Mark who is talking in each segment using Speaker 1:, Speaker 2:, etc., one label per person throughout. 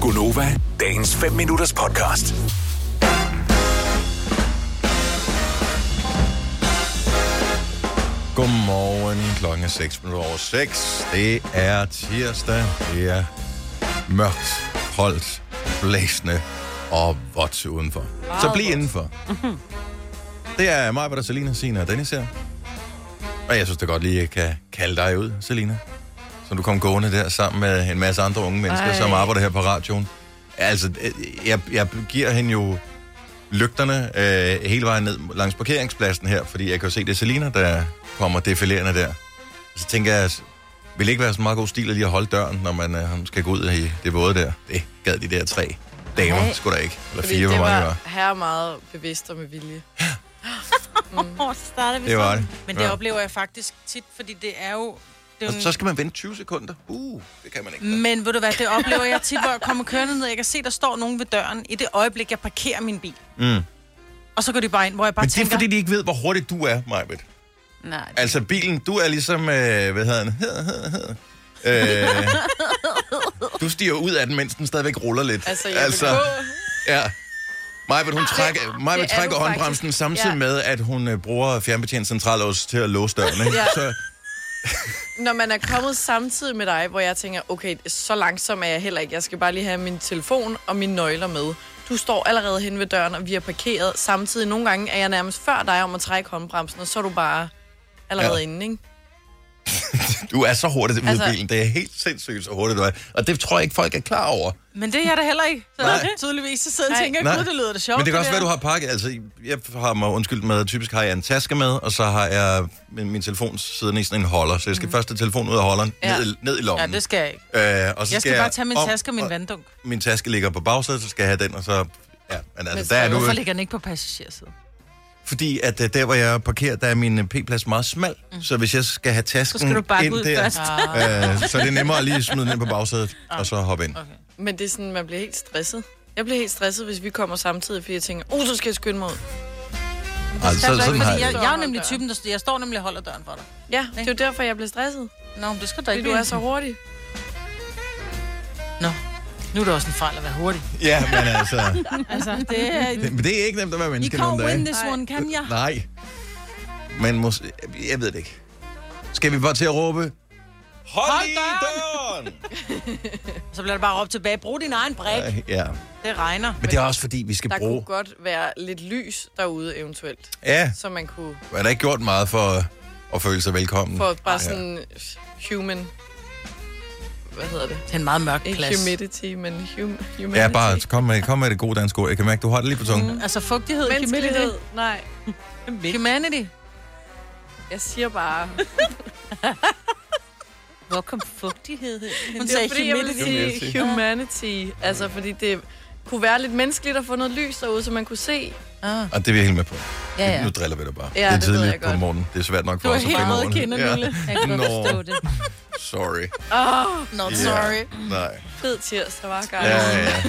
Speaker 1: Gunova, dagens 5 minutters podcast.
Speaker 2: Godmorgen. Klokken er 6 minutter over 6. Det er tirsdag. Det er mørkt, koldt, blæsende og vådt udenfor. Wow, så bliv indenfor. Det er mig, der Selina, Sina og Dennis her. Og jeg synes da godt lige, jeg kan kalde dig ud, Selina. Så du kom gående der sammen med en masse andre unge mennesker, Ej.
Speaker 3: Ej.
Speaker 2: som arbejder her på radioen. Altså, jeg, jeg giver hende jo lygterne øh, hele vejen ned langs parkeringspladsen her, fordi jeg kan jo se, det er Selina, der kommer defilerende der. Så tænker jeg, altså, vil det ikke være sådan en meget god stil at lige at holde døren, når man øh, skal gå ud i det våde der? Det gad de der tre damer,
Speaker 3: Nej.
Speaker 2: skulle da ikke. Eller
Speaker 3: Fordi
Speaker 2: fire, hvor
Speaker 3: det
Speaker 2: mange det
Speaker 3: var
Speaker 2: var.
Speaker 3: her meget bevidst og med vilje.
Speaker 4: Åh, så starter vi
Speaker 2: Det var
Speaker 4: sådan.
Speaker 2: det.
Speaker 4: Men det
Speaker 2: Ja.
Speaker 4: oplever jeg faktisk tit, fordi det er jo... Det er
Speaker 2: Og
Speaker 4: jo
Speaker 2: så skal man vente 20 sekunder. Uh, det kan man
Speaker 3: Mm.
Speaker 2: ikke.
Speaker 4: men ved du hvad, det oplever jeg tit, hvor jeg kommer kørende ned, jeg kan se, der står nogen ved døren, i det øjeblik, jeg parkerer min bil. Mm. Og så går de bare ind, hvor jeg bare
Speaker 2: Men det er
Speaker 4: tænker...
Speaker 2: fordi, de ikke ved, hvor hurtigt du er, Majbet.
Speaker 3: Nej, det
Speaker 2: Altså bilen, du er ligesom, øh, hvad hedder den? øh, du stiger ud af den, mens den stadigvæk ruller lidt.
Speaker 3: Altså, jeg vil
Speaker 2: Ja. Majbet, hun trækker, Majbet
Speaker 3: det er
Speaker 2: trækker
Speaker 3: du faktisk.
Speaker 2: håndbremsen samtidig
Speaker 3: Ja.
Speaker 2: med, at hun øh, bruger fjernbetjent centralås til at låse døren. Ikke?
Speaker 3: Ja.
Speaker 2: Så,
Speaker 3: når man er kommet samtidig med dig, hvor jeg tænker, okay, så langsom er jeg heller ikke. Jeg skal bare lige have min telefon og mine nøgler med. Du står allerede hen ved døren, og vi er parkeret. Samtidig nogle gange er jeg nærmest før dig om at trække håndbremsen, og så er du bare allerede
Speaker 2: Ja.
Speaker 3: ja. inde, ikke?
Speaker 2: du er så hurtigt ud af
Speaker 3: Altså-
Speaker 2: bilen. Det er helt sindssygt, så hurtigt du er. Og det tror jeg ikke, folk er klar over.
Speaker 4: Men det er jeg da heller ikke. Så
Speaker 2: Nej.
Speaker 4: tydeligvis så sidder jeg
Speaker 3: Nej.
Speaker 4: og tænker,
Speaker 2: Nej.
Speaker 4: gud, det lyder da sjovt.
Speaker 2: Men det kan også
Speaker 4: der."
Speaker 2: være, du har pakket. Altså, jeg har mig undskyld med, typisk har jeg en taske med, og så har jeg min, min telefon siddende i sådan en holder. Så jeg skal mm. først have telefonen ud af holderen, ja.
Speaker 3: Ja.
Speaker 2: ned, i- ned i lommen.
Speaker 4: Ja, det skal jeg ikke.
Speaker 2: Øh, og så
Speaker 4: Jeg skal bare tage min
Speaker 2: om-
Speaker 4: taske og min
Speaker 2: og
Speaker 4: vanddunk.
Speaker 2: Min taske ligger på bagsædet, så skal jeg have den, og så... Ja, men altså,
Speaker 3: Men
Speaker 2: der er Altså,
Speaker 3: så-
Speaker 2: nu...
Speaker 4: Hvorfor ligger den ikke på passagersiden?
Speaker 2: Fordi at øh, der, hvor jeg parkerer, der er min øh, p-plads meget smal. Mm. Så hvis jeg skal have tasken
Speaker 4: Så skal du bakke
Speaker 2: ind
Speaker 4: ud
Speaker 2: der,
Speaker 4: først. Ah.
Speaker 2: Øh, så er det nemmere at lige smide den ind på bagsædet, og så hoppe ind. Okay.
Speaker 3: Men det er sådan, man bliver helt stresset. Jeg bliver helt stresset, hvis vi kommer samtidig, fordi jeg tænker, uh, så skal jeg skynde mig ud.
Speaker 2: Altså, så, sådan har
Speaker 4: Fordi
Speaker 2: jeg
Speaker 4: jeg,
Speaker 2: det.
Speaker 4: jeg er jo nemlig typen, der jeg står nemlig og holder døren for dig.
Speaker 3: Ja, det er jo derfor, jeg bliver stresset,
Speaker 4: Nå, men det skal da
Speaker 3: fordi
Speaker 4: ikke
Speaker 3: du altså. er så hurtig.
Speaker 4: Nå, nu er det også en fejl at være hurtig.
Speaker 2: Ja, men altså...
Speaker 4: Altså, det er...
Speaker 2: Det, men det er ikke nemt at være
Speaker 4: You
Speaker 2: menneske nogle
Speaker 4: can't
Speaker 2: dage.
Speaker 4: win this one, can ya?
Speaker 2: Nej. Men mås- jeg ved det ikke. Skal vi bare til at råbe? Hold,
Speaker 4: Hold
Speaker 2: i døren!
Speaker 4: Så bliver det bare råbt tilbage, brug din egen brik.
Speaker 2: Øh, ja,
Speaker 4: Det regner.
Speaker 2: men det er også fordi, vi skal
Speaker 3: Der
Speaker 2: bruge...
Speaker 3: kunne godt være lidt lys derude eventuelt,
Speaker 2: Ja,
Speaker 3: så man kunne
Speaker 2: man har ikke gjort meget for øh, at føle sig velkommen.
Speaker 3: få bare sådan human... Hvad hedder det?
Speaker 4: Det er en meget mørk
Speaker 3: Ikke
Speaker 4: plads.
Speaker 3: humidity, men hum, humanity.
Speaker 2: Ja, bare kom med, kom med det gode danske ord. Jeg kan mærke, du har det lige på tungen. Mm.
Speaker 4: Altså fugtighed,
Speaker 3: Menneskelighed. Nej,
Speaker 4: humidity. Humanity.
Speaker 3: jeg siger bare...
Speaker 4: Hvor kom fugtighed hen? Hun
Speaker 3: Det er
Speaker 4: sagde
Speaker 3: fordi, jeg vil
Speaker 4: humidity.
Speaker 2: Humidity. Mm.
Speaker 3: sige humanity. Altså, fordi det kunne være lidt menneskeligt at få noget lys derude, så man kunne se.
Speaker 4: Ah.
Speaker 2: Og det er vi helt med på.
Speaker 4: Ja, ja.
Speaker 2: Nu driller vi dig bare.
Speaker 3: Ja,
Speaker 2: det er
Speaker 3: det ved
Speaker 2: tidligt
Speaker 3: jeg
Speaker 2: på
Speaker 3: godt.
Speaker 2: morgenen. Det er svært nok for
Speaker 4: Du er
Speaker 2: os at
Speaker 4: helt
Speaker 2: finde
Speaker 4: rød i
Speaker 2: ordene.
Speaker 4: kinderne, Mille.
Speaker 2: Ja.
Speaker 4: Jeg kan godt
Speaker 2: Nå.
Speaker 4: forstå det.
Speaker 2: Sorry.
Speaker 4: Not
Speaker 2: Ja.
Speaker 4: sorry.
Speaker 2: Nej.
Speaker 3: Fed tirsdag, var
Speaker 2: Ja, ja, ja.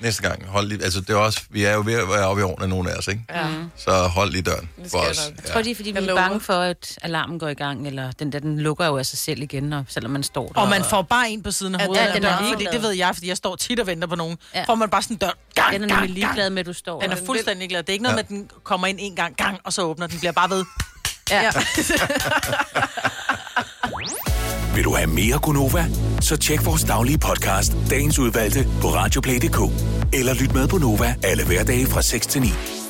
Speaker 2: Næste gang, hold lige... Altså, det er også... Vi er jo ved at være oppe i årene, nogle af os, ikke?
Speaker 3: Ja. Mm.
Speaker 2: Så hold lige døren
Speaker 3: Det
Speaker 2: for
Speaker 3: skal
Speaker 2: os.
Speaker 3: jeg nok.
Speaker 2: Ja.
Speaker 5: Jeg tror, det er, fordi vi
Speaker 3: Jeg
Speaker 5: er
Speaker 3: lover.
Speaker 5: bange for, at alarmen går i gang, eller den der, den lukker jo af sig selv igen, og, selvom man står der.
Speaker 4: Og man får bare en på siden af
Speaker 3: Ja,
Speaker 4: hovedet. Ja,
Speaker 5: den er
Speaker 4: den er
Speaker 5: meget
Speaker 4: fordi,
Speaker 5: flad.
Speaker 4: det ved jeg, fordi jeg står tit og venter på nogen. Ja.
Speaker 5: Ja.
Speaker 4: Får man bare sådan en dør. Gang,
Speaker 5: Den er nemlig
Speaker 4: gang, gang.
Speaker 5: ligeglad med, at du står
Speaker 4: Den
Speaker 5: der.
Speaker 4: er fuldstændig glad. Det er ikke noget
Speaker 2: Ja.
Speaker 4: med, at den kommer ind en gang, gang, og så åbner den. Bliver bare ved.
Speaker 3: Ja.
Speaker 1: Vil du have mere Gunova? Så tjek vores daglige podcast, dagens udvalgte, på radioplay.dk. Eller lyt med på Nova alle hverdage fra 6 til 9.